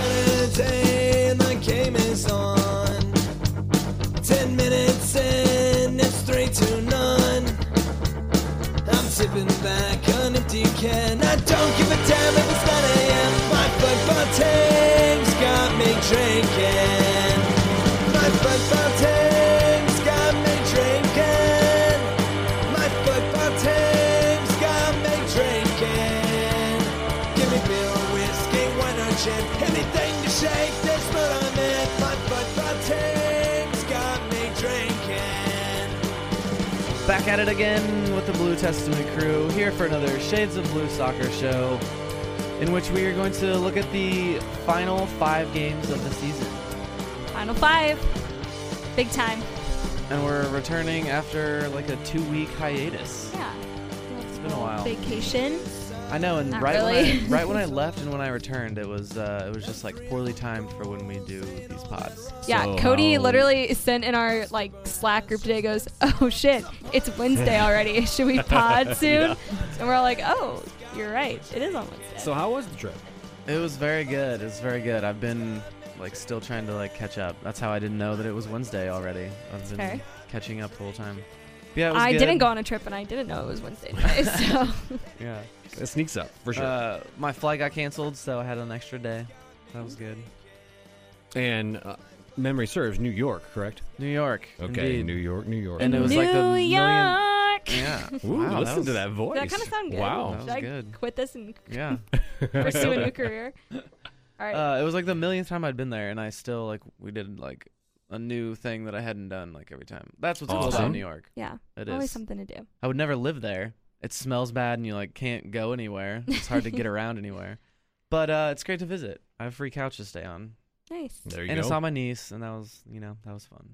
Saturday and the game is on. Ten minutes in, it's three to none. I'm tipping back an empty can. I don't give a damn if it's 9 a.m. My football team's got me drinking. My football team's got me drinking. My football team's got me drinking. Give me beer, whiskey, wine or gin. Anything to shake this mood I'm in. My football team's got me drinking. Back at it again with the Blue Testament crew, here for another Shades of Blue soccer show, in which we are going to look at the final five games of the season. Final five. Big time. And we're returning after like a two week hiatus. Yeah. It's been a while. Vacation. I know, and Not right, really. when I, right when I left and when I returned, it was uh, it was just like poorly timed for when we do these pods. Yeah, So- Cody literally sent in our like Slack group today. Goes, oh shit, it's Wednesday already. Should we pod soon? And we're all like, oh, you're right. It is on Wednesday. So how was the trip? It was very good. It was very good. I've been like still trying to like catch up. That's how I didn't know that it was Wednesday already. I've been fair. catching up the whole time. But yeah, it was I good. didn't go on a trip and I didn't know it was Wednesday today. So Yeah. It sneaks up for sure. Uh, my flight got canceled, so I had an extra day. That was good. and uh, memory serves, New York, correct? New York. Okay, indeed. New York, New York. And it was New like the million. York. Yeah. Ooh, wow, listen that was, to that voice. Did that kind of sound good? Wow. That Should was I good. quit this and Yeah. pursue a new career? All right. Uh, it was like the millionth time I'd been there, and I still like we did like a new thing that I hadn't done like every time. That's what's cool about Awesome. New York. yeah. It Always is. something to do. I would never live there. It smells bad, and you like can't go anywhere. It's hard to get around anywhere. But uh, it's great to visit. I have free couch to stay on, Nice. There you and I go. saw my niece, and that was you know that was fun.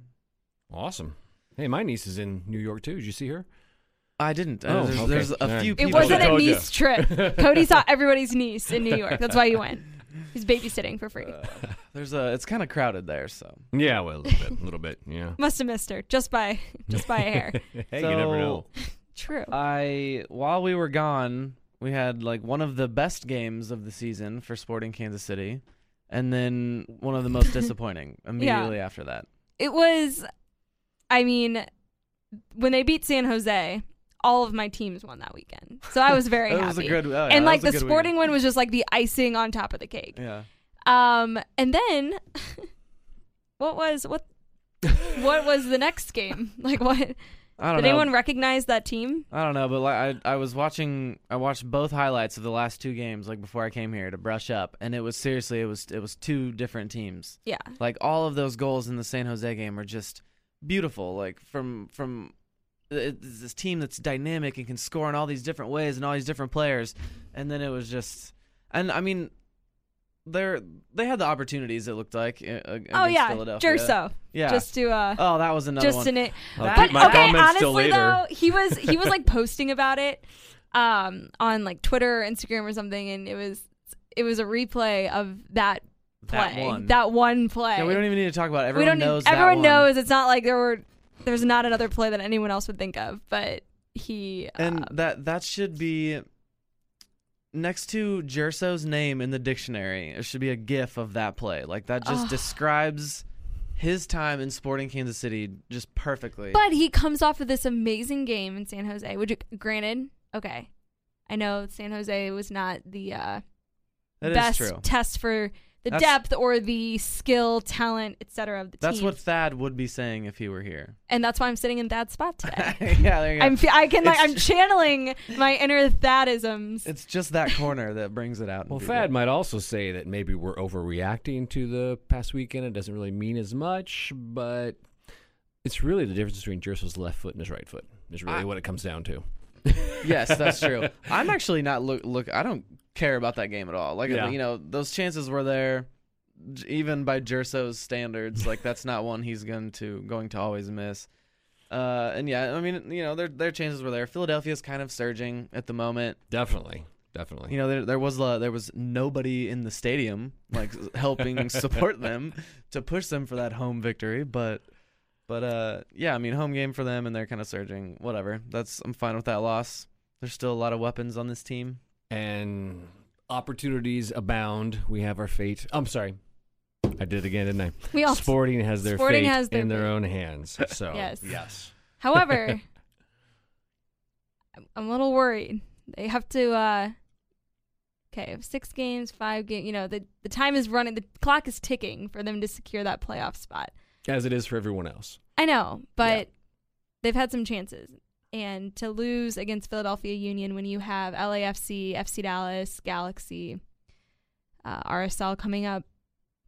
awesome. Hey, my niece is in New York too. Did you see her? I didn't. Oh, uh, there's, okay. there's a All right. few It It people. wasn't should a go do. niece trip. Cody saw everybody's niece in New York. That's why he went. He's babysitting for free. There's a. It's kind of crowded there, so. Yeah, well, a little bit, a little bit. Yeah. Must have missed her just by just by a hair. Hey, you never know. True. I while we were gone, we had like one of the best games of the season for Sporting Kansas City, and then one of the most disappointing immediately after that. It was. I mean, when they beat San Jose, all of my teams won that weekend. So I was very That happy. was a good- oh, yeah, that and like was a the good sporting weekend. win was just like the icing on top of the cake. Yeah. Um, and then what was what what was the next game? Like what did I don't know. anyone recognize that team? I don't know, but like, I I was watching I watched both highlights of the last two games like before I came here to brush up, and it was seriously it was it was two different teams. Yeah. Like all of those goals in the San Jose game are just beautiful. Like from from uh, it- it's this team that's dynamic and can score in all these different ways and all these different players, and then it was just and I mean they're they had the opportunities it looked like. uh, Against Oh yeah, Philadelphia. Jerso. Yeah. Just to uh oh, that was another just one. to name I'll That- keep my okay, comments honestly till later. though, he was he was like posting about it um on like Twitter, or Instagram or something and it was it was a replay of that play. That one. one play. yeah, we don't even need to talk about it. We Everyone don't need- knows. that everyone one. knows it's not like there were there's not another play that anyone else would think of, but he and uh, that that should be next to Gerso's name in the dictionary. It should be a GIF of that play. Like that just Ugh. describes his time in Sporting Kansas City just perfectly. But he comes off of this amazing game in San Jose. Would you granted, okay. I know San Jose was not the uh, That is best true. test for the That's- depth or the skill, talent, etc. of the That's team. what Thad would be saying if he were here. and that's why I'm sitting in that spot today. yeah, there you go. I'm fe- I can like It's I'm ju- channeling my inner Thadisms. it's just that corner that brings it out. in Well, people. Thad might also say that maybe we're overreacting to the past weekend. It doesn't really mean as much, but it's really the difference between Jerso's left foot and his right foot. Is really I- what it comes down to. yes, that's true. I'm actually not look look. I don't care about that game at all. Like Yeah. you know, those chances were there, j- even by Gerso's standards. Like that's not one he's going to going to always miss. Uh, and yeah, I mean, you know, their their chances were there. Philadelphia's kind of surging at the moment. Definitely, definitely. You know, there there was uh, there was nobody in the stadium like s- helping support them to push them for that home victory, but. But uh, yeah, I mean, home game for them, and they're kind of surging. Whatever, that's I'm fine with that loss. There's still a lot of weapons on this team. and opportunities abound. We have our fate. I'm sorry. I did it again, didn't I? We all- Sporting has their Sporting fate has their in their fate. own hands. So Yes. yes. However, I'm- I'm a little worried. They have to. uh Okay, six games, five games. You know, the the time is running. The clock is ticking for them to secure that playoff spot. As it is for everyone else. I know, but Yeah. they've had some chances, and to lose against Philadelphia Union when you have LAFC, FC Dallas, Galaxy, uh, RSL coming up,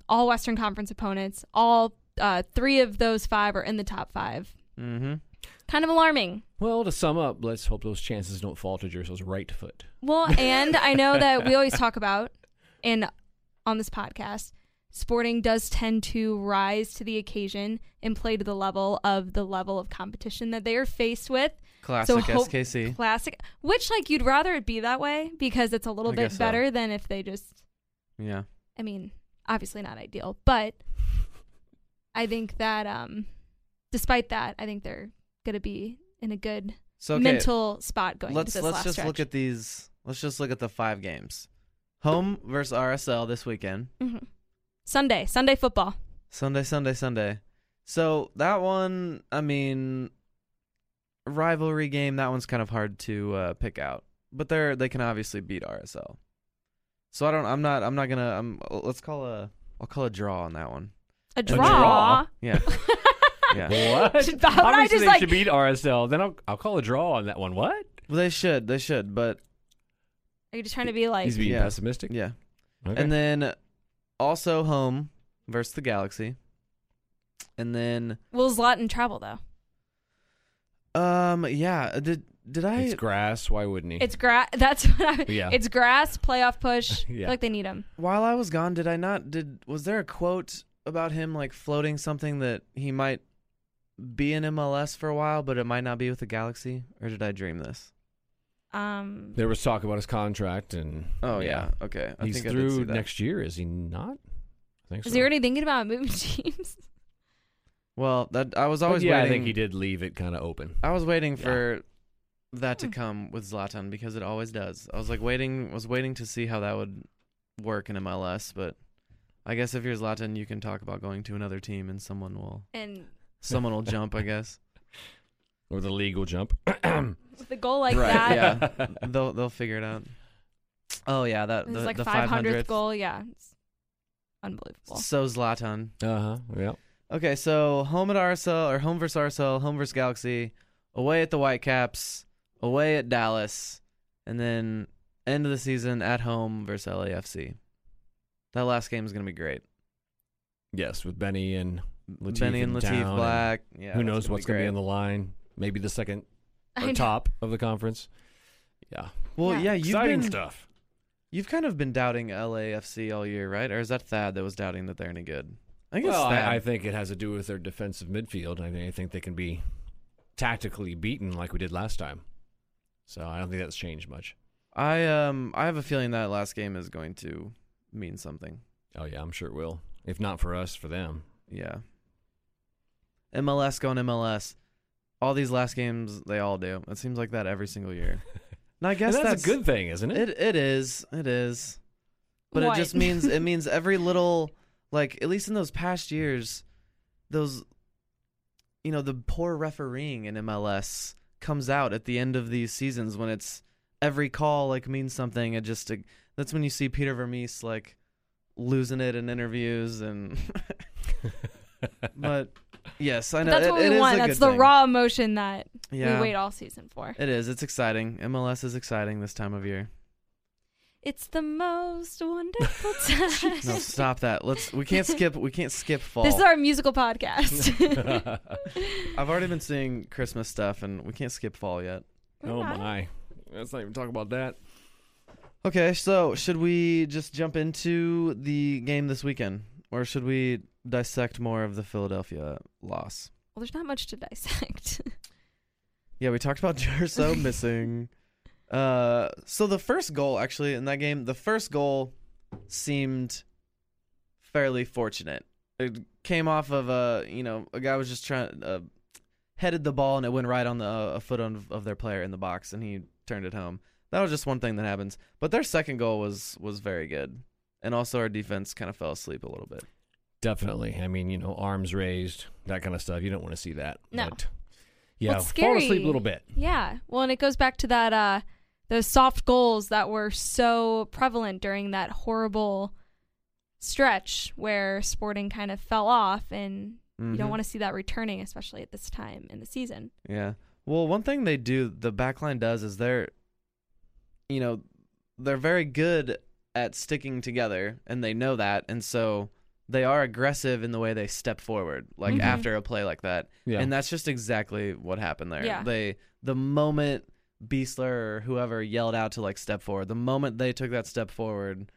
all Western Conference opponents, all uh, three of those five are in the top five. Mm-hmm. Kind of alarming. Well, to sum up, let's hope those chances don't fall to Jerso's right foot. Well, and I know that we always talk about, and on this podcast, sporting does tend to rise to the occasion and play to the level of the level of competition that they are faced with. Classic hope- SKC. Classic. Which, like, you'd rather it be that way because it's a little I guess bit so. better than if they just, Yeah. I mean, obviously not ideal, but I think that, um, despite that, I think they're going to be in a good So okay, mental spot going let's into this let's last just stretch. look at these. Let's just look at the five games. Home versus RSL this weekend. Mhm. Sunday, Sunday football. Sunday, Sunday, Sunday. So that one, I mean, rivalry game. That one's kind of hard to uh, pick out, but they're they can obviously beat RSL. So I don't. I'm not. I'm not gonna. I'm. uh, Let's call a. I'll call a draw on that one. A draw? draw. Yeah. yeah. What? Should- how would I Obviously just, they like- should beat RSL. Then I'll, I'll call a draw on that one. What? Well, they should. They should. But Are you just trying to be like? He's being Yeah. pessimistic. yeah. Okay. And then also home versus the Galaxy. And then Will Zlatan travel though? um yeah, did did I it's grass. Why wouldn't he? It's grass. That's what I. Yeah. It's grass playoff push. I feel Yeah. Like they need him. while I was gone did I not did was there a quote about him like floating something that he might be in MLS for a while but it might not be with the Galaxy or did I dream this? Um. there was talk about his contract, and Oh yeah, okay. I he's think I did see through that. next year. Is he not? I think Is so. he already thinking about moving teams? Well, that I was But always yeah, waiting I think he did leave it kind of open. I was waiting Yeah. for that to come with Zlatan because it always does. I was like waiting, was waiting to see how that would work in MLS, but I guess if you're Zlatan, you can talk about going to another team and someone will. And Someone will jump, I guess. or the league will jump. With a goal like right, that, yeah. They'll they'll figure it out. Oh yeah, that it the, was like the 500th 500th goal. Yeah, it's unbelievable. So Zlatan. Uh huh. Yeah. Okay, so home at RSL or home versus RSL, home versus Galaxy, away at the Whitecaps, away at Dallas, and then end of the season at home versus LAFC. That last game is gonna be great. Yes, with Benny and Latif Benny and and Latif Down and Black. Yeah, who that's knows what's going to be great. on the line? Maybe the second I know. or top of the conference. Yeah. Well, Yeah. yeah, you've Exciting been, stuff. you've kind of been doubting LAFC all year, right? Or is that Thad that was doubting that they're any good? I guess well, Thad. I, I think it has to do with their defensive midfield. I, think- I think they can be tactically beaten like we did last time. So I don't think that's changed much. I um I have a feeling that last game is going to mean something. Oh yeah, I'm sure it will. If not for us, for them. Yeah. MLS going MLS. All these last games they all do. It seems like that every single year. And I guess And that's, a good thing, isn't it? It it is. It is. But What? it just means it means every little like at least in those past years those you know the poor refereeing in MLS comes out at the end of these seasons when it's every call like means something it just that's when you see Peter Vermees like losing it in interviews and but yes I But know that's it, what it we is want. a That's good the thing. raw emotion that yeah we wait all season for. it is it's exciting MLS is exciting this time of year It's the most wonderful time. No, stop that. Let's. We can't skip. We can't skip fall. This is our musical podcast. I've already been seeing Christmas stuff, and we can't skip fall yet. oh not. my. Let's not even talk about that. Okay, so should we just jump into the game this weekend, or should we dissect more of the Philadelphia loss? Well, there's not much to dissect. Yeah, we talked about Jerso missing. Uh, so the first goal actually in that game, the first goal seemed fairly fortunate. It came off of a you know a guy was just trying uh, headed the ball and it went right on the a foot on, of their player in the box and he turned it home. That was just one thing that happens. But their second goal was was very good, and also our defense kind of fell asleep a little bit. Definitely. I mean, you know, arms raised, that kind of stuff. You don't want to see that. No. But, yeah. What's Fall asleep scary- a little bit. yeah. Well, and it goes back to that uh those soft goals that were so prevalent during that horrible stretch where Sporting kind of fell off and you Mm-hmm. Mhm. don't want to see that returning especially at this time in the season. Yeah. Well, one thing they do, the back line does, is they're, you know, they're very good at sticking together, and they know that, and so they are aggressive in the way they step forward, like Mhm. after a play like that. Yeah. And that's just exactly what happened there. Yeah. They the moment Beasler or whoever yelled out to like step forward, the moment they took that step forward,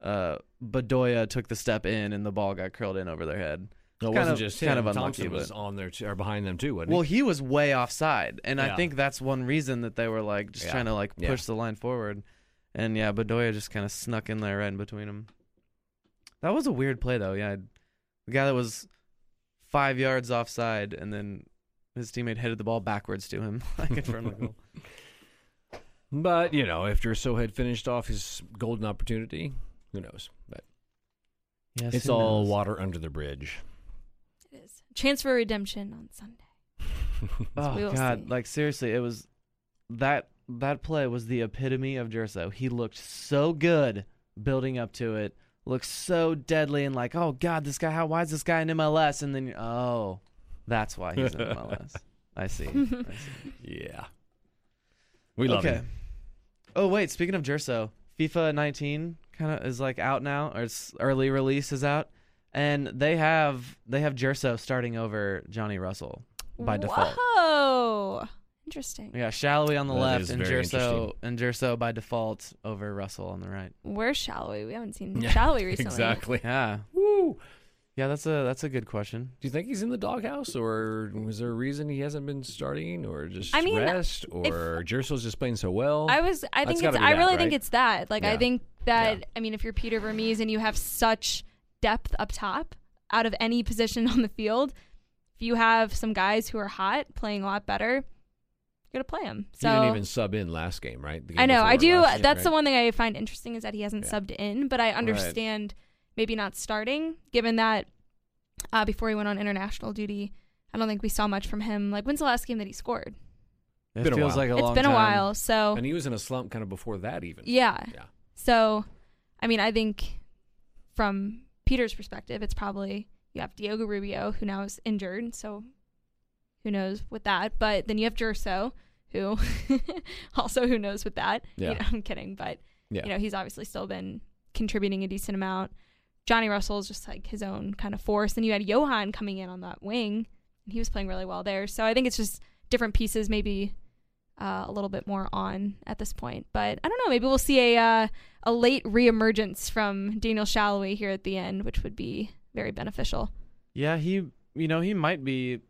uh, Bedoya took the step in, and the ball got curled in over their head. No, it Kind wasn't of- just him. kind of unlucky, Thompson was but- on there too, or behind them too, wasn't Well, he? he was way offside, and I Yeah. think that's one reason that they were like just Yeah. trying to like Yeah. push the line forward, and yeah, Bedoya just kind of snuck in there right in between them. That was a weird play though. Yeah, the guy that was five yards offside, and then his teammate headed the ball backwards to him like in front of the goal. But you know, if Derso had finished off his golden opportunity, who knows? But Yes, it's who all knows? water under the bridge. It is. Chance for redemption on Sunday. Oh We will God! see. Like seriously, it was that that play was the epitome of Jerso. He looked so good building up to it, looked so deadly, and like, oh God, this guy. How why is this guy in MLS? And then you- oh, that's why he's in MLS. I see. Hmm. I see. yeah, we love okay. him. Oh wait, speaking of Jerso, FIFA 19 kind of is like out now, or its early release is out, and they have they have Jerso starting over Johnny Russell by default. Whoa. Interesting. Yeah, Shallowy on the That left is and very Gerso and Gerso by default over Russell on the right. Where shall we? We haven't seen Yeah, shall we recently. Exactly. Yeah. Woo. Yeah, that's a that's a good question. Do you think he's in the doghouse, or was there a reason he hasn't been starting, or just I mean, rest, or Jerso's just playing so well? I was. I That's think gotta it's. be I that, really right? think it's that. Like I Yeah. think that. Yeah. I mean, if you're Peter Vermees and you have such depth up top, out of any position on the field, if you have some guys who are hot, playing a lot better, you're gonna play them. he So didn't even sub in last game, right? The game I know. I do. before last, that's the right? one thing I find interesting is that he hasn't Yeah. subbed in, but I understand maybe not starting, given that uh, before he went on international duty, I don't think we saw much from him. Like, when's the last game that he scored? It Been a feels while. like a It's long been a time. while. So, And he was in a slump kind of before that, even. yeah. Yeah. So, I mean, I think from Peter's perspective, it's probably you have Diogo Rubio, who now is injured. So, who knows with that? But then you have Gerso, who also who knows with that. You Yeah. know, I'm kidding, but Yeah. you know he's obviously still been contributing a decent amount. Johnny Russell's just like his own kind of force. Then you had Johan coming in on that wing, and he was playing really well there. So I think it's just different pieces, maybe uh, a little bit more on at this point. But I don't know. Maybe we'll see a uh, a late reemergence from Daniel Shallowy here at the end, which would be very beneficial. Yeah, he you know, he might be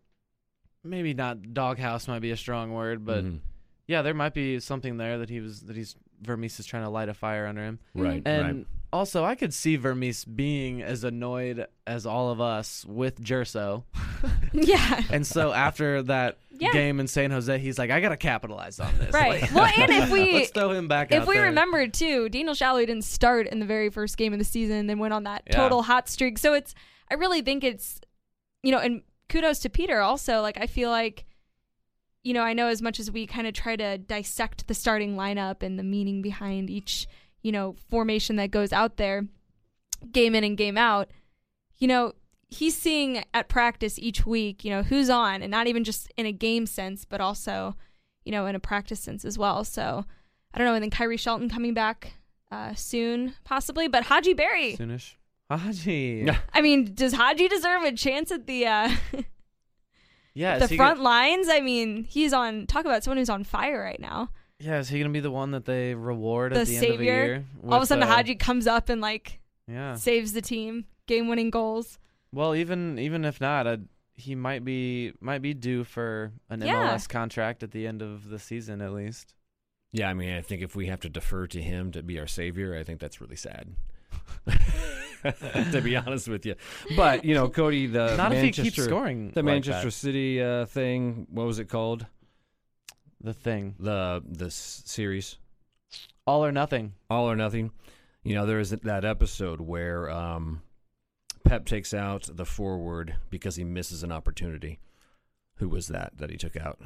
maybe not doghouse might be a strong word, but Mhm. yeah, there might be something there that he was that he's Vermees is trying to light a fire under him. Right. And right. also, I could see Vermees being as annoyed as all of us with Gerso. yeah. And so after that Yeah. game in San Jose, he's like, I got to capitalize on this. Right. Like, Well, and if we- let's throw him back If out we there. remember too, Daniel Shallow didn't start in the very first game of the season, then went on that Yeah. total hot streak. So it's, I really think it's, you know, and kudos to Peter also. Like I feel like, you know, I know as much as we kind of try to dissect the starting lineup and the meaning behind each, you know, formation that goes out there, game in and game out. You know, he's seeing at practice each week. You know who's on, and not even just in a game sense, but also, you know, in a practice sense as well. So. I don't know, and then Kyrie Shelton coming back uh, soon, possibly. But Haji Berry. Soonish. Haji. Yeah. I mean, does Haji deserve a chance at the uh, Yeah. the is he front gonna- lines? I mean, he's on. Talk about someone who's on fire right now. yeah. Is he going to be the one that they reward The at the end of the savior? year? All of a with, sudden, uh, Haji comes up and like Yeah. saves the team, game-winning goals. Well, even even if not, i he might be might be due for an Yeah. MLS contract at the end of the season at least. Yeah, I mean, I think if we have to defer to him to be our savior, I think that's really sad. to be honest with you, but you know, Cody, the Not if he Manchester, keeps scoring the like Manchester that. City uh, thing. What was it called? The thing, The the s- series, all or nothing. All or Nothing. You know, there is that episode where um, Pep takes out the forward because he misses an opportunity. Who was that that he took out?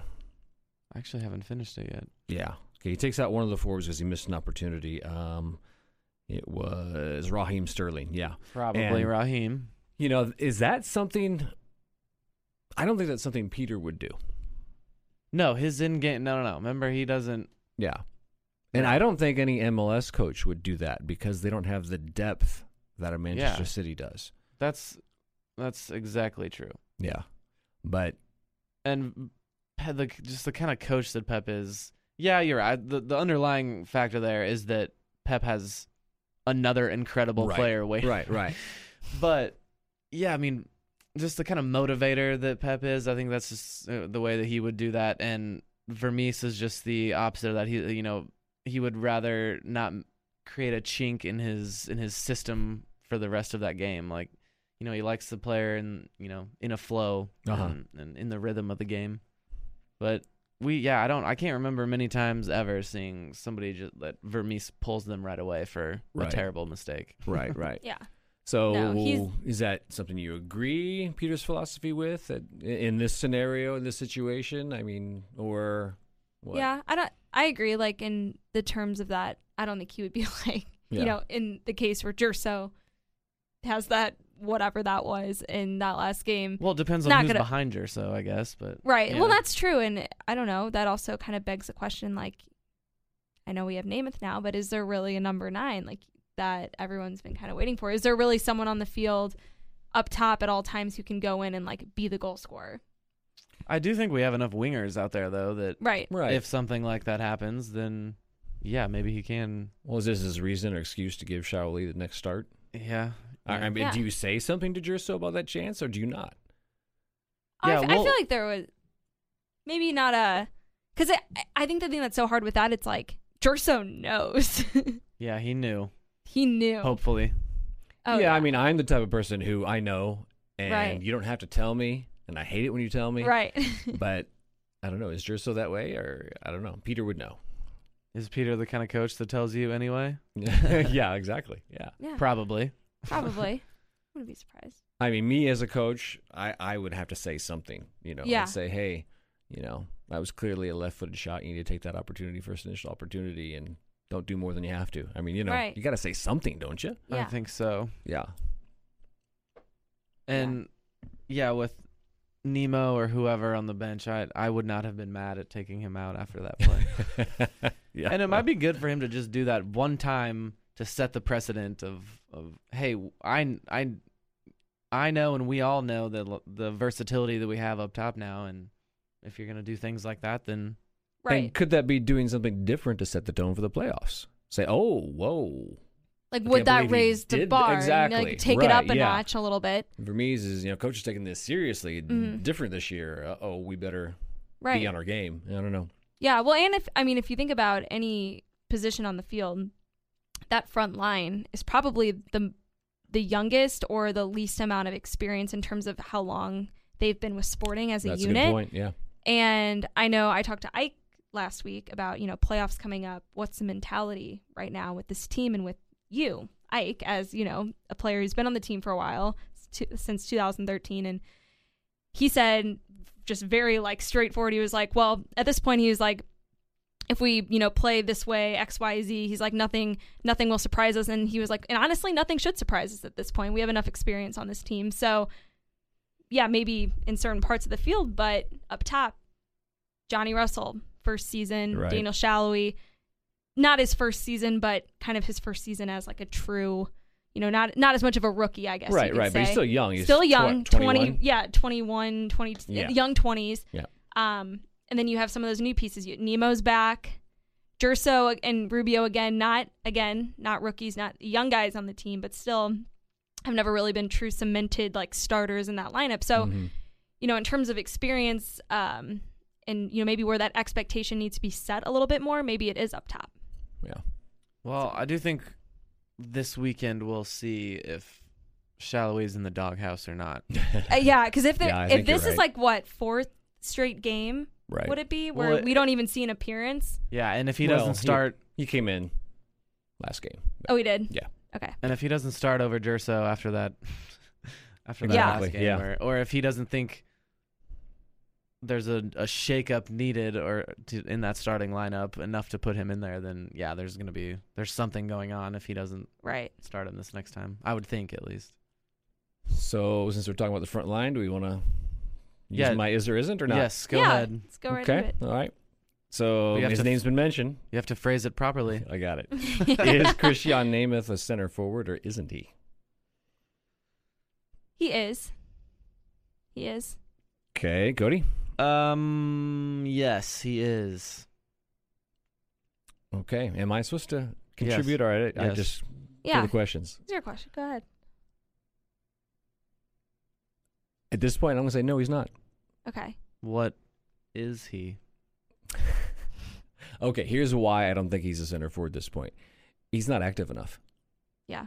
I actually haven't finished it yet. Yeah. Okay, he takes out one of the forwards because he missed an opportunity. Um, it was Raheem Sterling. Yeah. Probably And- Raheem. You know, is that something? I don't think that's something Peter would do. No, his in game. No, no, no. Remember, he doesn't. Yeah. And I don't think any MLS coach would do that because they don't have the depth that a Manchester Yeah. City does. That's that's exactly true. Yeah. But and Pe- the just the kind of coach that Pep is. Yeah, you're right. The the underlying factor there is that Pep has another incredible Right, player waiting. right, right. but yeah, I mean, just the kind of motivator that Pep is. I think that's just uh, the way that he would do that. And Vermees is just the opposite of that. He you know he would rather not m- create a chink in his in his system for the rest of that game. Like you know he likes the player and you know in a flow Uh-huh. and, and in the rhythm of the game. But we yeah I don't I can't remember many times ever seeing somebody just that Vermees pulls them right away for a Right. terrible mistake. right, right. Yeah. So No, he's- is that something you agree Peter's philosophy with that in this scenario, in this situation? I mean, or what? Yeah, I don't. I agree. Like in the terms of that, I don't think he would be like Yeah. you know in the case where Gerso has that whatever that was in that last game. Well, it depends on Not who's gonna- behind her, so I guess, but Right. yeah. Well, that's true. And I don't know. That also kind of begs the question like, I know we have Namath now, but is there really a number nine like that everyone's been kind of waiting for? Is there really someone on the field up top at all times who can go in and like be the goal scorer? I do think we have enough wingers out there though that Right. Right. if something like that happens, then yeah, maybe he can. well, is this his reason or excuse to give Shao Lee the next start? Yeah, I- I mean, Yeah. do you say something to Gerso about that chance, or do you not? I Yeah, f- I well- feel like there was maybe not a. Because I, I think the thing that's so hard with that, it's like, Gerso knows. yeah, he knew. he knew. Hopefully, Oh, yeah, I mean, I'm the type of person who I know, and Right. you don't have to tell me, and I hate it when you tell me. Right. But I don't know. Is Gerso that way, or I don't know? Peter would know. is Peter the kind of coach that tells you anyway? yeah, exactly. Yeah. yeah. Probably. Probably. wouldn't be surprised. I mean, me as a coach, I, I would have to say something, you know, and Yeah. say, hey, you know, that was clearly a left footed shot. You need to take that opportunity, first initial opportunity, and don't do more than you have to. I mean, you know, Right. you got to say something, don't you? I Yeah. think so. Yeah. And yeah. with Nemo or whoever on the bench, I I would not have been mad at taking him out after that play. yeah. and it might be good for him to just do that one time to set the precedent of of hey, I I I know and we all know the the versatility that we have up top now and if you're going to do things like that then Right. And could that be doing something different to set the tone for the playoffs? Say, oh, whoa. like, I would can't that believe he raise the did- bar? You know, exactly. like, take Right, it up a yeah. notch a little bit. Vermees is, you know, coach is taking this seriously, Mhm. different this year. Uh oh, we better Right. be on our game. I don't know. Yeah, well, and if I mean, if you think about any position on the field, that front line is probably the the youngest or the least amount of experience in terms of how long they've been with sporting as a That's unit. a good point. Yeah. And I know I talked to Ike last week about you know playoffs coming up. What's the mentality right now with this team and with you, Ike, as you know a player who's been on the team for a while s- to- since 2013, and he said just very like straightforward. He was like, well, at this point, he was like, if we you know play this way X Y Z, he's like nothing nothing will surprise us, and he was like, and honestly, nothing should surprise us at this point. We have enough experience on this team, so yeah, maybe in certain parts of the field, but up top, Johnny Russell first season, Right. Daniel Shallowy, not his first season, but kind of his first season as like a true. You know, not not as much of a rookie, I guess. you Right, could right, but he's say. still young. He's still Oh, tw- young, 20, 21? yeah, 21, 20, Yeah. young 20s. Yeah. Um, and then you have some of those new pieces. You, Nemo's back, Gerso and Rubio again. Not again, not rookies, not young guys on the team, but still, have never really been true cemented like starters in that lineup. So, Mm-hmm. you know, in terms of experience, um, and you know maybe where that expectation needs to be set a little bit more, maybe it is up top. Yeah. Well, I do think this weekend we'll see if Shallowy's in the doghouse or not. Uh, yeah, because if the, Yeah, I if think you're this is right. like what fourth straight game Right. would it be Well, where it- we don't even see an appearance? Yeah, and if he Well, doesn't start He, he came in last game. Oh, we did. Yeah. Okay. and if he doesn't start over Gerso after that after that Yeah. last game Yeah. or, or if he doesn't think there's a, a shake up needed or to, in that starting lineup enough to put him in there then yeah there's going to be there's something going on if he doesn't Right. start him this next time. I would think at least. So since we're talking about the front line, do we want to use Yeah. my is or isn't or not? Yes, go yeah. ahead. Let's go right okay. All right. So We have his to- name's been mentioned. You have to phrase it properly. I got it. into it. is Christian Namath a center forward or isn't he? He is. He is. Okay, Cody. Um yes, he is. Okay. Am I supposed to contribute or I, I Yes. just Yeah. for the questions? It's your question. Go ahead. At this point, I'm going to say no, he's not. Okay. What is he? Okay, here's why I don't think he's a center forward at this point. He's not active enough. Yeah.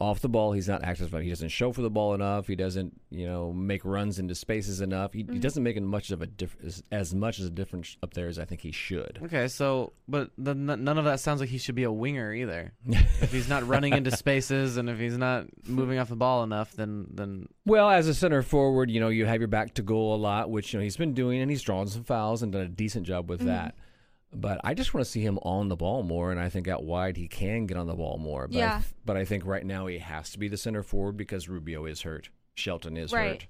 off the ball. He's not active enough. He doesn't show for the ball enough. He doesn't, you know, make runs into spaces enough. He, he Mhm. doesn't make as much of a diff- as, as much as a difference up there as I think he should. Okay, so but the, n- none of that sounds like he should be a winger either. if he's not running into spaces and if he's not moving off the ball enough, then then Well, as a center forward, you know, you have your back to goal a lot, which you know he's been doing, and he's drawn some fouls and done a decent job Mm-hmm. with that. But I just want to see him on the ball more, and I think out wide he can get on the ball more. But I Yeah. th- but I think right now he has to be the center forward because Rubio is hurt, Shelton is Right. hurt.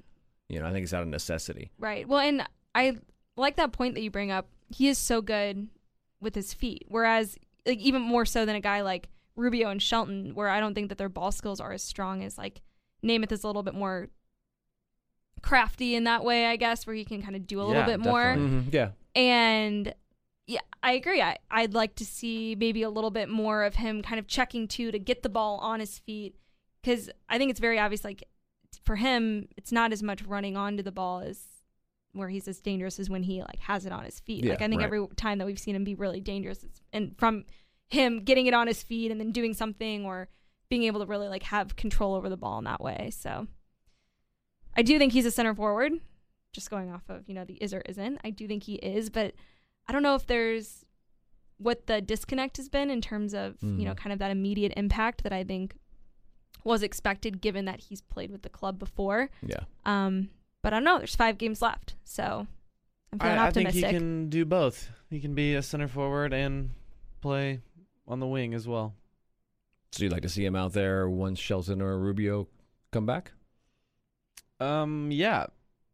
You know, I think it's out of necessity. Right. Well, and I like that point that you bring up. He is so good with his feet, whereas like even more so than a guy like Rubio and Shelton, where I don't think that their ball skills are as strong as like Namath is a little bit more crafty in that way, I guess, where he can kind of do a little Yeah, bit more. definitely. Mm-hmm. Yeah, And yeah, I agree. I, I'd like to see maybe a little bit more of him kind of checking too to get the ball on his feet because I think it's very obvious. Like for him, it's not as much running onto the ball as where he's as dangerous as when he like has it on his feet. Yeah, like I think right. every time that we've seen him be really dangerous, it's, and from him getting it on his feet and then doing something or being able to really like have control over the ball in that way. So I do think he's a center forward. Just going off of you know the is or isn't, I do think he is, but I don't know if there's what the disconnect has been in terms of you know Mm-hmm. Mhm. kind of that immediate impact that I think was expected given that he's played with the club before. Yeah. Um, but I don't know. There's five games left, so I'm feeling I, I think optimistic. he can do both. He can be a center forward and play on the wing as well. So you'd like to see him out there once Shelton or Rubio come back? Um, yeah.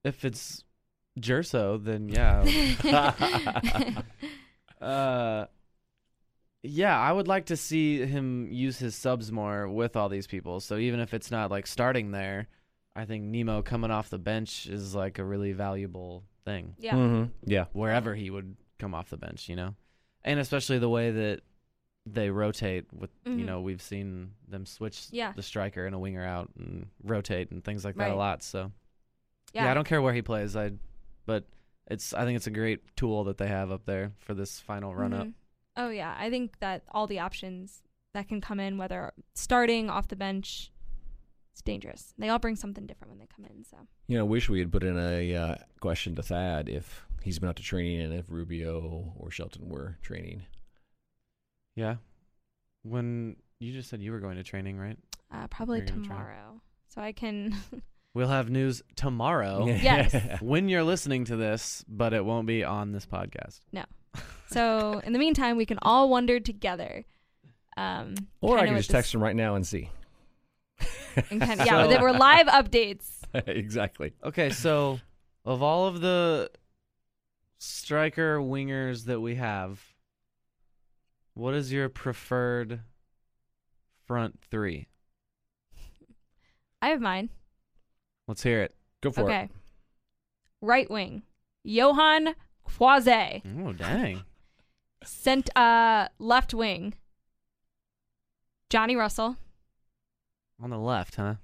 If it's Gerso, then yeah. uh, yeah, I would like to see him use his subs more with all these people. So even if it's not like starting there, I think Nemo coming off the bench is like a really valuable thing. yeah. Mm-hmm. Yeah. Wherever he would come off the bench, you know, and especially the way that they rotate with you Mhm. know we've seen them switch Yeah. the striker and a winger out and rotate and things like that a Right. lot. So yeah. yeah. I don't care where he plays. I, but it's I think it's a great tool that they have up there for this final run up. Mhm. Oh yeah, I think that all the options that can come in, whether starting off the bench, it's dangerous. They all bring something different when they come in. So You know, I wish we had put in a uh, question to Thad if he's been out to training and if Rubio or Shelton were training. Mm-hmm. Yeah. When you just said you were going to training, right? uh, probably You're gonna try. tomorrow, so I can. We'll have news tomorrow Yes. when you're listening to this, but it won't be on this podcast. so in the meantime, we can all wonder together. Um, Or kinda I can what just this- text him right now and see. and kinda- yeah, So- they were live updates. exactly. Okay, so of all of the striker wingers that we have, what is your preferred front three? I have mine. Let's hear it. Go for okay. Right wing, Johan Quaze. Oh, dang. Sent uh, left wing, Johnny Russell. On the left, huh?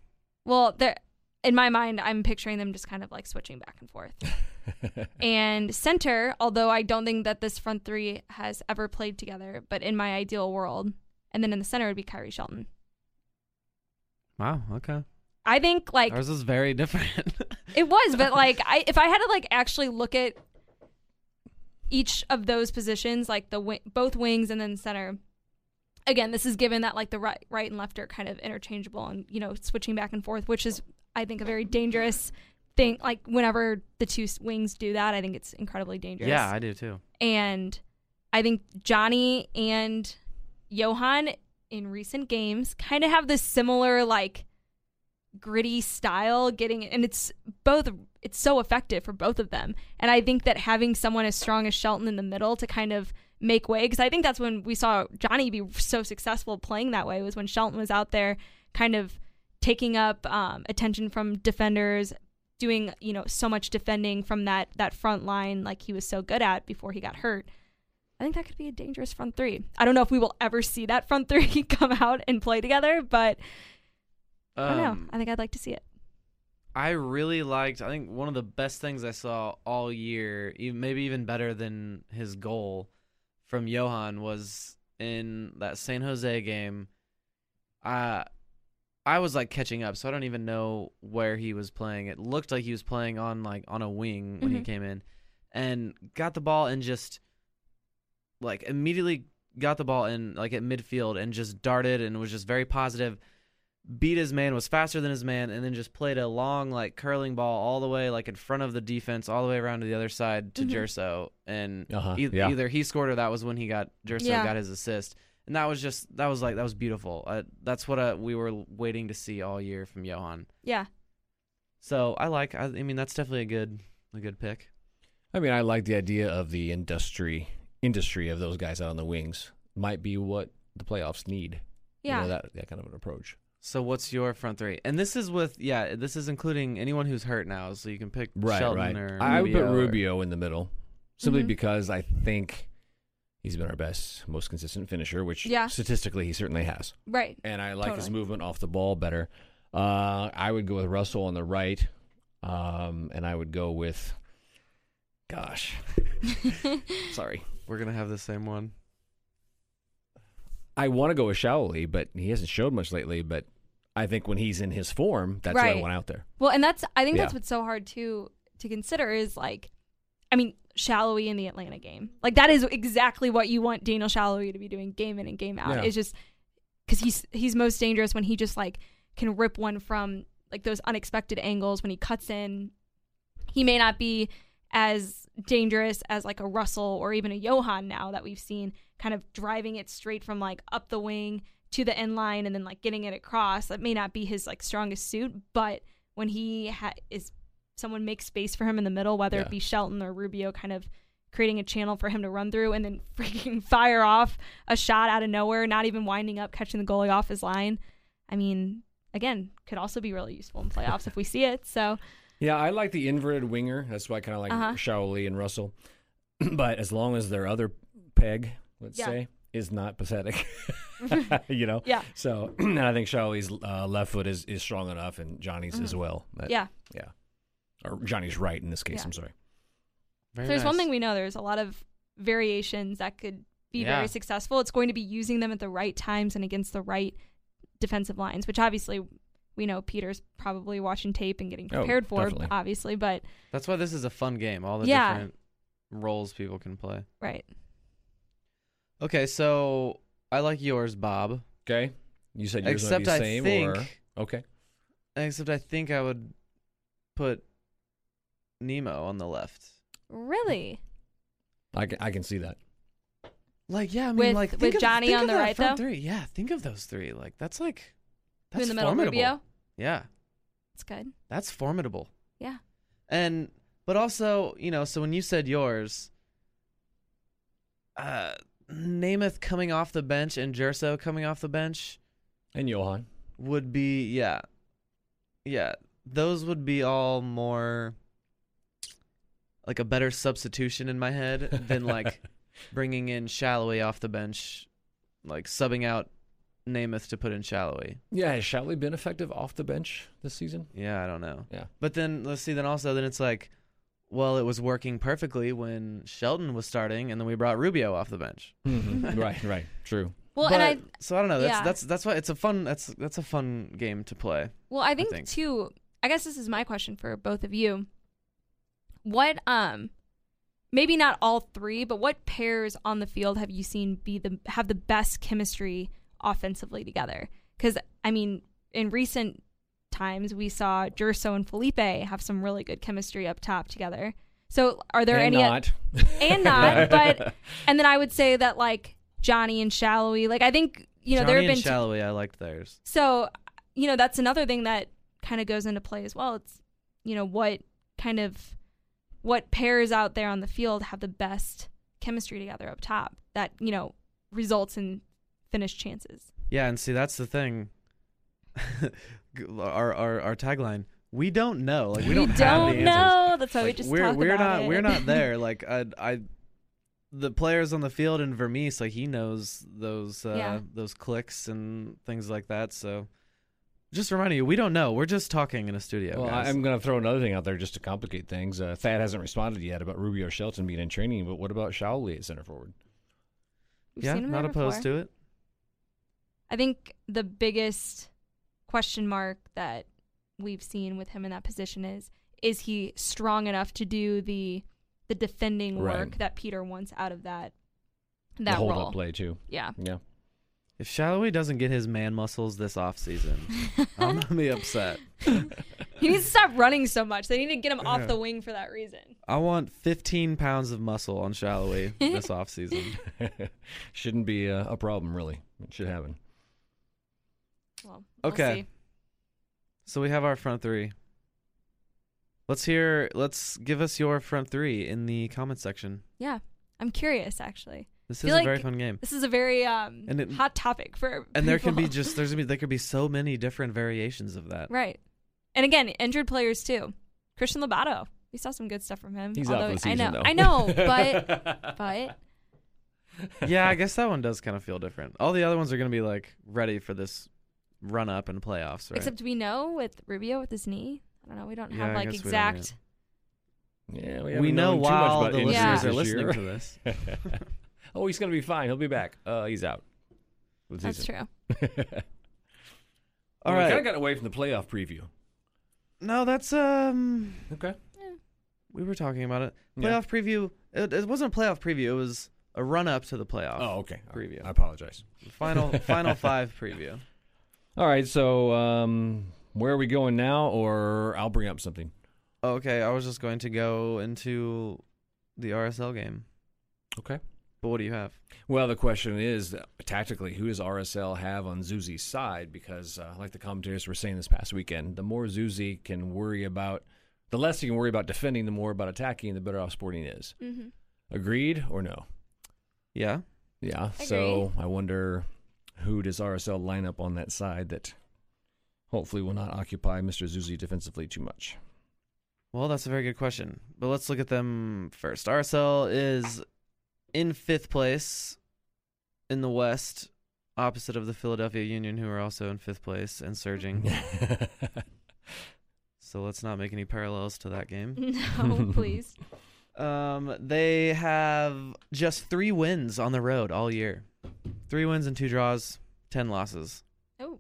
Well, there in my mind, I'm picturing them just kind of like switching back and forth. it. and center, although I don't think that this front three has ever played together, but in my ideal world, and then in the center would be Kyrie Shelton. Wow, okay. I think like Ours is very different. it was, but like I if I had to like actually look at each of those positions, like the wi- both wings and then center. Again, this is given that like the right, right and left are kind of interchangeable and you know switching back and forth, which is I think a very dangerous thing. Like whenever the two s- wings do that, I think it's incredibly dangerous. yeah, I do too. and I think Johnny and Johan in recent games kind of have this similar like gritty style getting and it's both it's so effective for both of them and I think that having someone as strong as Shelton in the middle to kind of make way because I think that's when we saw Johnny be so successful playing that way was when Shelton was out there kind of taking up um, attention from defenders doing you know so much defending from that that front line like he was so good at before he got hurt i think that could be a dangerous front three i don't know if we will ever see that front three come out and play together but i don't know Um. Um, i think i'd like to see it I really liked. I think one of the best things I saw all year, even, maybe even better than his goal from Johan, was in that San Jose game. I I was like catching up, so I don't even know where he was playing. It looked like he was playing on like on a wing when he Mhm. came in, and got the ball and just like immediately got the ball in like at midfield and just darted and was just very positive beat his man, was faster than his man, and then just played a long, like curling ball all the way, like in front of the defense, all the way around to the other side to Mhm. Gerso, and Uh-huh, e- yeah. either he scored or that was when he got Gerso Yeah. got his assist, and that was just that was like that was beautiful. Uh, that's what uh, we were waiting to see all year from Johan. yeah So I like. I, I mean, that's definitely a good a good pick. I mean, I like the idea of the industry industry of those guys out on the wings. Might be what the playoffs need. You yeah know, that that kind of an approach. So what's your front three? And this is with yeah, this is including anyone who's hurt now, so you can pick Shelton or I would put Rubio or- Rubio in the middle simply Mhm. because I think he's been our best, most consistent finisher, which Yeah. statistically he certainly has. right And I like his Totally. movement off the ball better. Uh, I would go with Russell on the right, um, and I would go with, gosh, sorry, We're gonna have the same one. I want to go with Shaoli, but he hasn't showed much lately. But I think when he's in his form, that's what I Right. want out there. well and that's i think that's Yeah. what's so hard to to consider is like i mean shallowy in the atlanta game like that is exactly what you want daniel shallowy to be doing game in and game out Yeah. it's just because he's he's most dangerous when he just like can rip one from like those unexpected angles when he cuts in. He may not be as dangerous as like a Russell or even a Johan now that we've seen kind of driving it straight from like up the wing to the end line and then like getting it across. That may not be his like strongest suit, but when he ha- is someone makes space for him in the middle, whether Yeah. it be Shelton or Rubio, kind of creating a channel for him to run through and then freaking fire off a shot out of nowhere, not even winding up, catching the goalie off his line. I mean, again, could also be really useful in playoffs if we see it. So Yeah, I like the inverted winger. That's why I kind of like Uh-huh. Shao Lee and Russell. but as long as their other peg, let's Yeah. say, is not pathetic, you know. Yeah. So, and I think Shao Lee's uh, left foot is, is strong enough, and Johnny's as Mm-hmm. well. But- yeah. Yeah. Or Johnny's right in this case. Yeah. I'm sorry. Very If there's one nice. thing we know there's a lot of variations that could be Yeah. very successful it's going to be using them at the right times and against the right defensive lines which obviously we know peter's probably watching tape and getting Oh, prepared for definitely. obviously but That's why this is a fun game. All the Yeah. different roles people can play. right Okay, so I like yours, Bob. Okay. You said yours might be Except the I same think, or okay. except I think I would put Nemo on the left. really I can, I can see that. Like yeah, I mean With- like with think of- Johnny think on of the that right, front though? Three, yeah. Think of those three. Like that's like Who that's in the middle formidable. rubio Yeah, it's good that's formidable. yeah And but also you know so when you said yours, uh, Namath coming off the bench and Jerso coming off the bench And Johan. would be yeah, yeah. Those would be all more like a better substitution in my head than like bringing in Shalloway off the bench, like subbing out Namath to put in Shalloway. yeah, has Shoutley been effective off the bench this season? Yeah, I don't know. Yeah. But then let's see. Then also, then it's like, well, it was working perfectly when Shelton was starting, and then we brought Rubio off the bench. Mm-hmm. right, right. True. well and i But- so I don't know. That's yeah. that's that's why it's a fun that's that's a fun game to play. Well, I think, think. too. I guess this is my question for both of you. What um maybe not all three, but what pairs on the field have you seen be the have the best chemistry offensively together? Cuz I mean, in recent times we saw Gerso and Felipe have some really good chemistry up top together. So, are there and any not. and not, but and then I would say that like Johnny and Shallowy, like I think, you know, Johnny there have and been t- Shalloway, I liked theirs. so, you know, that's another thing that kind of goes into play as well. It's, you know, what kind of what pairs out there on the field have the best chemistry together up top that, you know, results in finished chances. Yeah, and see that's the thing. our, our our tagline: We don't know. Like we, don't, have the answers. know. That's why we Like, just we're talk we're about not it. we're not there. Like I I, the players on the field and Vermees, like he knows those uh, Yeah. those clicks and things like that. So, just reminding you, we don't know. We're just talking in a studio. Well, I- guys. I'm going to throw another thing out there just to complicate things. Uh, Thad hasn't responded yet about Rubio Shelton being in training, but what about Shawley at center forward? We've yeah, seen him not there opposed before. to it. I think the biggest question mark that we've seen with him in that position is is he strong enough to do the the defending Right. work that Peter wants out of that the that hold role. up play too. Yeah. Yeah. If Shalloway doesn't get his man muscles this off season, I'm gonna be upset. He needs to stop running so much. They need to get him off the wing for that reason. I want 15 pounds of muscle on Shalloway this off season. Shouldn't be uh, a, a problem really. It should happen. Well, we'll Okay. see. So we have our front three. Let's hear. Let's give us your front three in the comment section. Yeah. I'm curious actually. This Feel is a like- very fun game, This is a very um And it- hot topic for and there can be people. just there's gonna be there could be so many different variations of that. Right. And again, injured players too. Christian Lobato. We saw some good stuff from him. He's although out for the I season, know though. I know, but but Yeah, I guess that one does kind of feel different. All the other ones are gonna be like ready for this run up and playoffs, right? Except we know with Rubio with his knee. I don't know. We don't Yeah, have I like guess we don't exact. Yeah, we, we, haven't know known too while much about the listeners Yeah. injuries are this listening year. to this. oh, he's going to be fine. He'll be back. Uh, he's out. That's true. true. All kind right. of got away from the playoff preview. no, that's um. Okay. We were talking about it. Playoff Yeah. preview. It, it wasn't a playoff preview. It was a run up to the playoff. Oh, okay. Preview. I apologize. Final final five preview. All right, so um, where are we going now? Or I'll bring up something. Okay, I was just going to go into the RSL game. Okay. But what do you have? Well, the question is uh, tactically, who does RSL have on Zuzi's side? Because, uh, like the commentators were saying this past weekend, the more Zuzi can worry about, the less he can worry about defending, the more about attacking, the better off Sporting is. Mm-hmm. Agreed or no? Yeah. Yeah. So I wonder who does RSL line up on that side that hopefully will not occupy Mr. Zuzi defensively too much. Well, that's a very good question. But let's look at them first. RSL is in fifth place in the West, opposite of the Philadelphia Union, who are also in fifth place and surging. so let's not make any parallels to that game. Mm-hmm. No, please. Um, they have just three wins on the road all year three wins and two draws, 10 losses. Oh,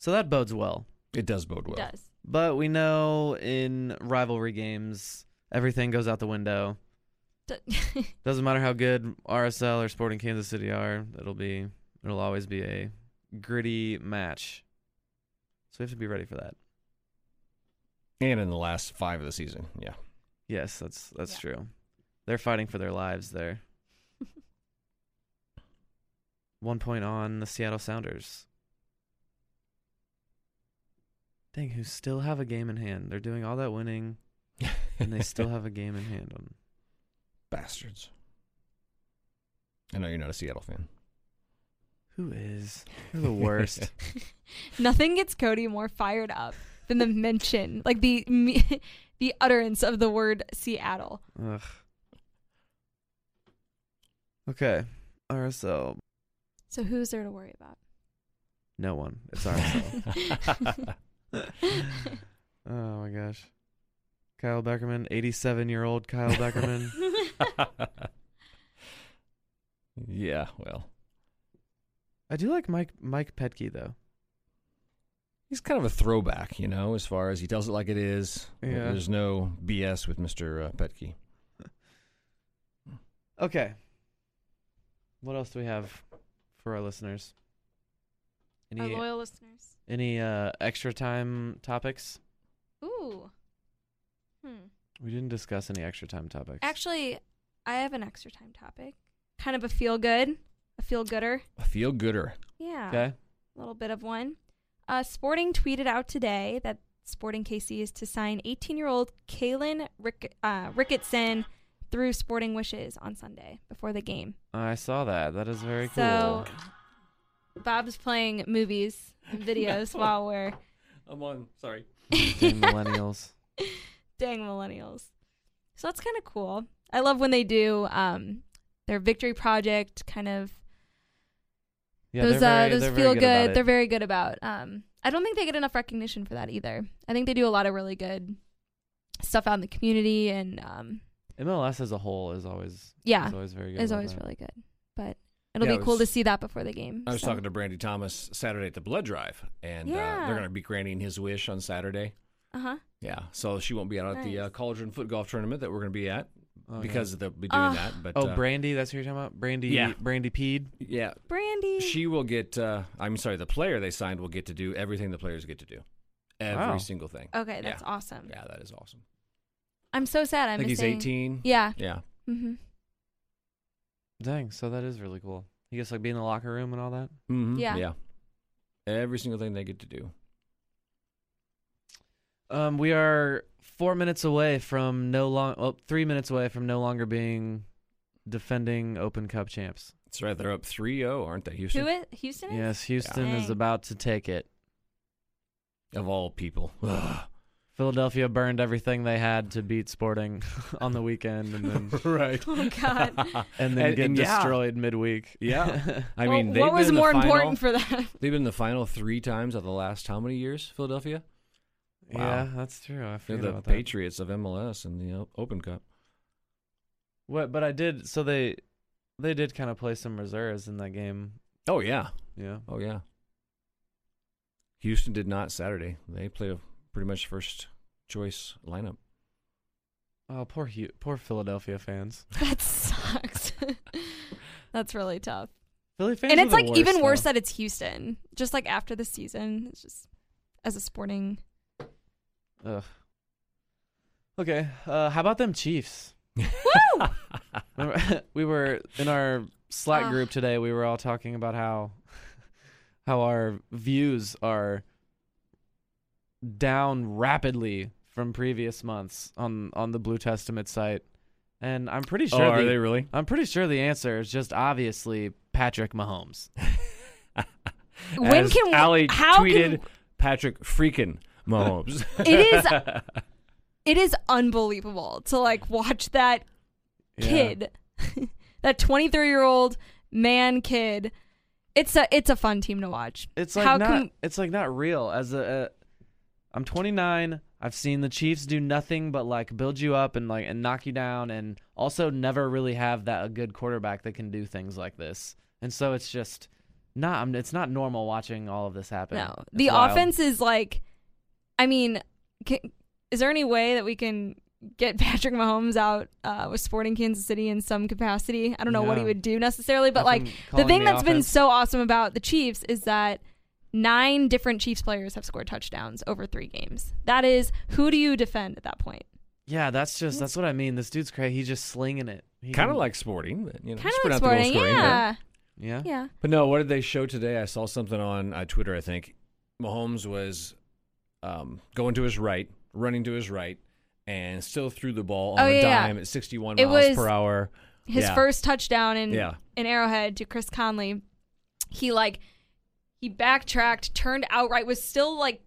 So that bodes well. it does bode it well. does. But we know in rivalry games, everything goes out the window. Do- Doesn't matter how good RSL or Sporting Kansas City are, it'll be it'll always be a gritty match. So we have to be ready for that. And in the last five of the season. Yeah. Yes, that's that's Yeah. true. They're fighting for their lives there. One point on the Seattle Sounders. Dang, who still have a game in hand. They're doing all that winning and they still have a game in hand on Bastards. I know you're not a Seattle fan. who is? You're the worst. Nothing gets Cody more fired up than the mention, like the me- the utterance of the word Seattle. Ugh. Okay. RSL. So who's there to worry about? No one. It's RSL. oh my gosh. Kyle Beckerman, 87 year old Kyle Beckerman. yeah, well. I do like Mike Mike Petke though. He's kind of a throwback, you know, as far as he tells it like it is. Yeah. There's no BS with Mr. Uh, Petke. Okay. What else do we have for our listeners? Our Any loyal listeners. any uh, extra time topics? Ooh. Hmm. We didn't discuss any extra time topics. Actually, I have an extra time topic. Kind of a feel good, a feel gooder. I feel gooder. Yeah. okay. A little bit of one. Uh, Sporting tweeted out today that Sporting KC is to sign 18 year old Kalen Rick- uh, Ricketson through Sporting Wishes on Sunday before the game. I saw that. That is very So- cool. Bob's playing movies and videos while we're I'm on. Sorry. Dang millennials. dang millennials. So that's kind of cool. I love when they do um, their victory project kind of Yeah, those they're very, uh, those they're feel very good. good. about it. they're very good about. Um, I don't think they get enough recognition for that either. I think they do a lot of really good stuff out in the community, and um, MLS as a whole is always Yeah, is always very good. it's about always that. really good. But it'll Yeah, be it cool to was- see that before the game. I was so. talking to Brandy Thomas Saturday at the blood drive, and uh, Yeah. they're going to be granting his wish on Saturday. Uh huh. Yeah, so she won't be out at the Nice. uh, Cauldron Foot Golf Tournament that we're going to be at Oh, yeah. because they'll be doing Ah. that. But oh, uh, Brandy, that's who you're talking about. Brandy, Yeah. Brandy Peed. yeah, Brandy. she will get. Uh, I'm sorry, the player they signed will get to do everything the players get to do, every Wow. single thing. okay, that's awesome. Yeah, that is awesome. I'm so sad. I'm I think he's missing. 18. Yeah. Yeah, Mm-hmm. Dang, so that is really cool. You guess like be in the locker room and all that. Mhm, Yeah. yeah. Every single thing they get to do. Um, we are four minutes away from no long, well, three minutes away from no longer being defending Open Cup champs. That's right. They're up 3-0, aren't they, Houston? Who is Houston? Is? Yes, Houston is Dang. about to take it. Of all people. Ugh. Philadelphia burned everything they had to beat Sporting on the weekend, and then right. Oh God. and then get yeah. destroyed midweek. Yeah. I Well, mean, they've what was been in more the final, important for that? They've been in the final three times of the last how many years, Philadelphia? Wow. Yeah, that's true. I They're forget the about that. Patriots of MLS and the O- Open Cup. What? But I did. So they, they did kind of play some reserves in that game. Oh, yeah. Yeah. Oh, yeah. Houston did not Saturday. They played a pretty much first choice lineup. Oh, poor Hu- poor Philadelphia fans. That sucks. That's really tough. Philly fans and are it's the like even worse though. that it's Houston. Just like after the season, it's just as a sporting. Ugh. Okay. Uh, how about them Chiefs? Woo! Remember, we were in our Slack Ah. group today. We were all talking about how how our views are down rapidly from previous months on on the Blue Testament site, and I'm pretty sure oh, are the- they really? I'm pretty sure the answer is just obviously Patrick Mahomes. when As can we- Ali how can tweeted Patrick freaking Mahomes? it is it is unbelievable to like watch that Yeah. kid, that 23 year old man kid. It's a it's a fun team to watch. It's like how not. can it's like not real. As a, a, I'm 29. I've seen the Chiefs do nothing but like build you up and like and knock you down, and also never really have that a good quarterback that can do things like this. And so it's just not. I'm, it's not normal watching all of this happen. no It's the wild. offense is like, I mean, can, is there any way that we can get Patrick Mahomes out uh, with Sporting Kansas City in some capacity? I don't know what he Yeah. would do necessarily, but I've like been the calling thing the that's been offense- so awesome about the Chiefs is that nine different Chiefs players have scored touchdowns over three games. That is who do you defend at that point? Yeah, that's just that's what I mean. This dude's crazy. He's just slinging it. He kind of can- like sporting, but, you know, Kind of like spread out the goal Sporting, scoring, yeah. yeah. Yeah. But no, what did they show today? I saw something on uh, Twitter. I think Mahomes was um, going to his right, running to his right, and still threw the ball on Oh, a yeah, yeah. dime at 61 It miles was per hour. His Yeah. first touchdown in Yeah. in Arrowhead to Chris Conley, he like he backtracked, turned outright, was still like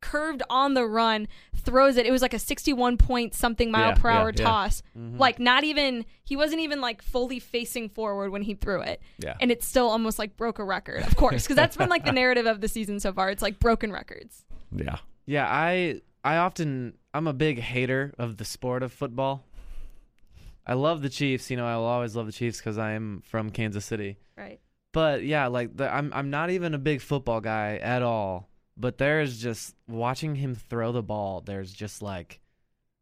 curved on the run, throws it. It was like a sixty-one point something mile Yeah, per yeah, hour yeah. Mm-hmm. toss. Like not even he wasn't even like fully facing forward when he threw it. Yeah. And it still almost like broke a record, of course, because that's been like the narrative of the season so far. It's like broken records. Yeah. Yeah, I I often I'm a big hater of the sport of football. I love the Chiefs, you know, I will always love the Chiefs cuz I am from Kansas City. Right. But yeah, like the, I'm I'm not even a big football guy at all, but there is just watching him throw the ball, there's just like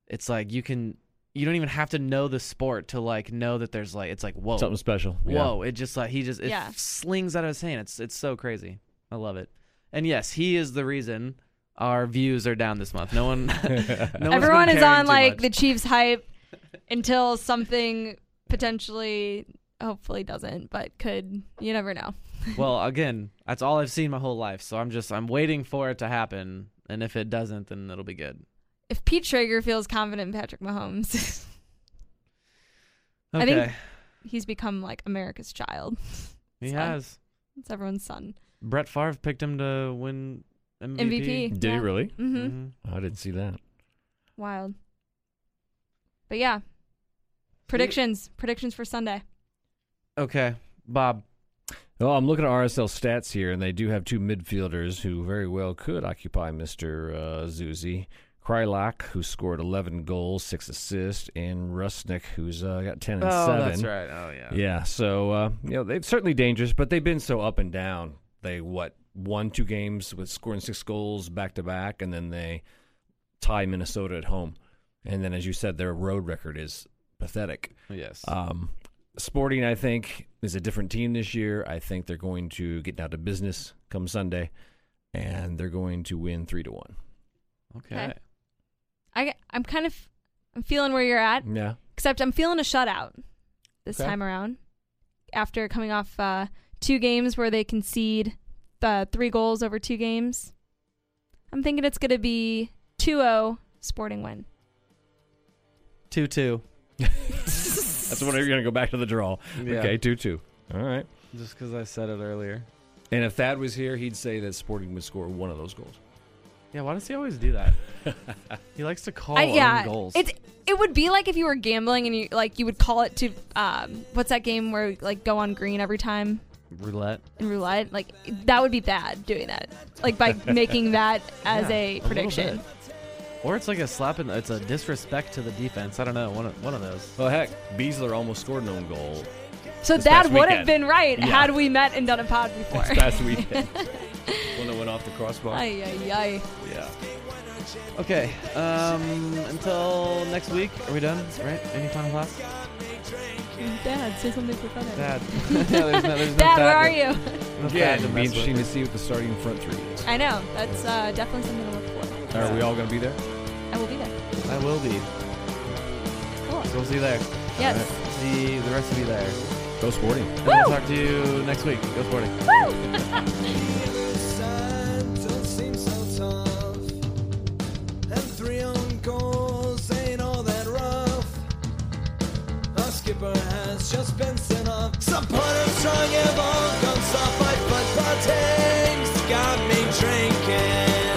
it's like you can you don't even have to know the sport to like know that there's like it's like whoa. Something special. Yeah. Whoa! It just like he just it Yeah. slings out of his hand. It's it's so crazy. I love it. And yes, he is the reason our views are down this month. No one, no one's been Everyone is caring on too like much. the Chiefs hype until something potentially, hopefully, doesn't, but could. You never know. well, again, that's all I've seen my whole life. So I'm just I'm waiting for it to happen. And if it doesn't, then it'll be good. If Pete Traeger feels confident in Patrick Mahomes, Okay, I think- he's become like America's child. he so. has. It's everyone's son. Brett Favre picked him to win MVP. MVP. Did he Yeah. really? hmm Mhm. I didn't see that. Wild. But yeah. Predictions. Predictions for Sunday. Okay, Bob. Well, I'm looking at RSL stats here, and they do have two midfielders who very well could occupy Mr. Uh, Zuzi. Krylak, who scored 11 goals, six assists, and Rusnik, who's uh, got 10 and oh, seven. that's right. Oh yeah. Yeah, so uh, you know they've certainly dangerous, but they've been so up and down. They what won two games with scoring six goals back to back, and then they tie Minnesota at home. And then, as you said, their road record is pathetic. Yes. Um, Sporting, I think, is a different team this year. I think they're going to get down to business come Sunday, and they're going to win three to one. okay. I, I'm kind of I'm feeling where you're at, Yeah, except I'm feeling a shutout this Okay. time around after coming off uh, two games where they concede the three goals over two games. I'm thinking it's going to be 2 0 sporting win. Two two. that's when you're going to go back to the draw. Yeah. Okay, two two. All right. Just because I said it earlier. And if Thad was here, he'd say that Sporting would score one of those goals. Yeah, why does he always do that? he likes to call I- own yeah, goals. It's it would be like if you were gambling and you like you would call it to um, what's that game where like go on green every time roulette. in roulette? Like that would be bad doing that, like by making that as Yeah, a little prediction. bit. Or it's like a slap in. It's a disrespect to the defense. I don't know. One of, one of those. Well, heck, Beasler almost scored an own goal so This that past would have weekend. been right Yeah. had we met and done a pod before. this past weekend. One that went off the crossbar. Ay, ay, ay. yeah. Okay. Um. Until next week. Are we done? Right? Any final thoughts? Dad, say something for FedEx. Dad. Yeah, there's no- there's no Dad, fat where that- are you? no fat Yeah, to it'd be mess interesting with. to see what the starting front three is. I know. That's uh, definitely something to look for. Are we all going to be there? I will be there. I will be. Cool. So we'll see you there. Yes. See the rest of you there. Go sporting. And we'll talk to you next week. Go sporting. don't seem so tough. And three own goals ain't all that rough. Our skipper has just been sent off. Supporters strong have all gone soft. My foot Boateng's got me drinking.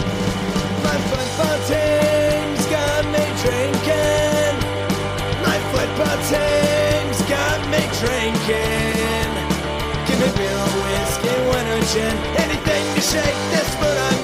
My foot Boateng's got me drinking. My foot Boateng's got me drinking. Give me beer or whiskey, wine or gin, anything to shake this foot I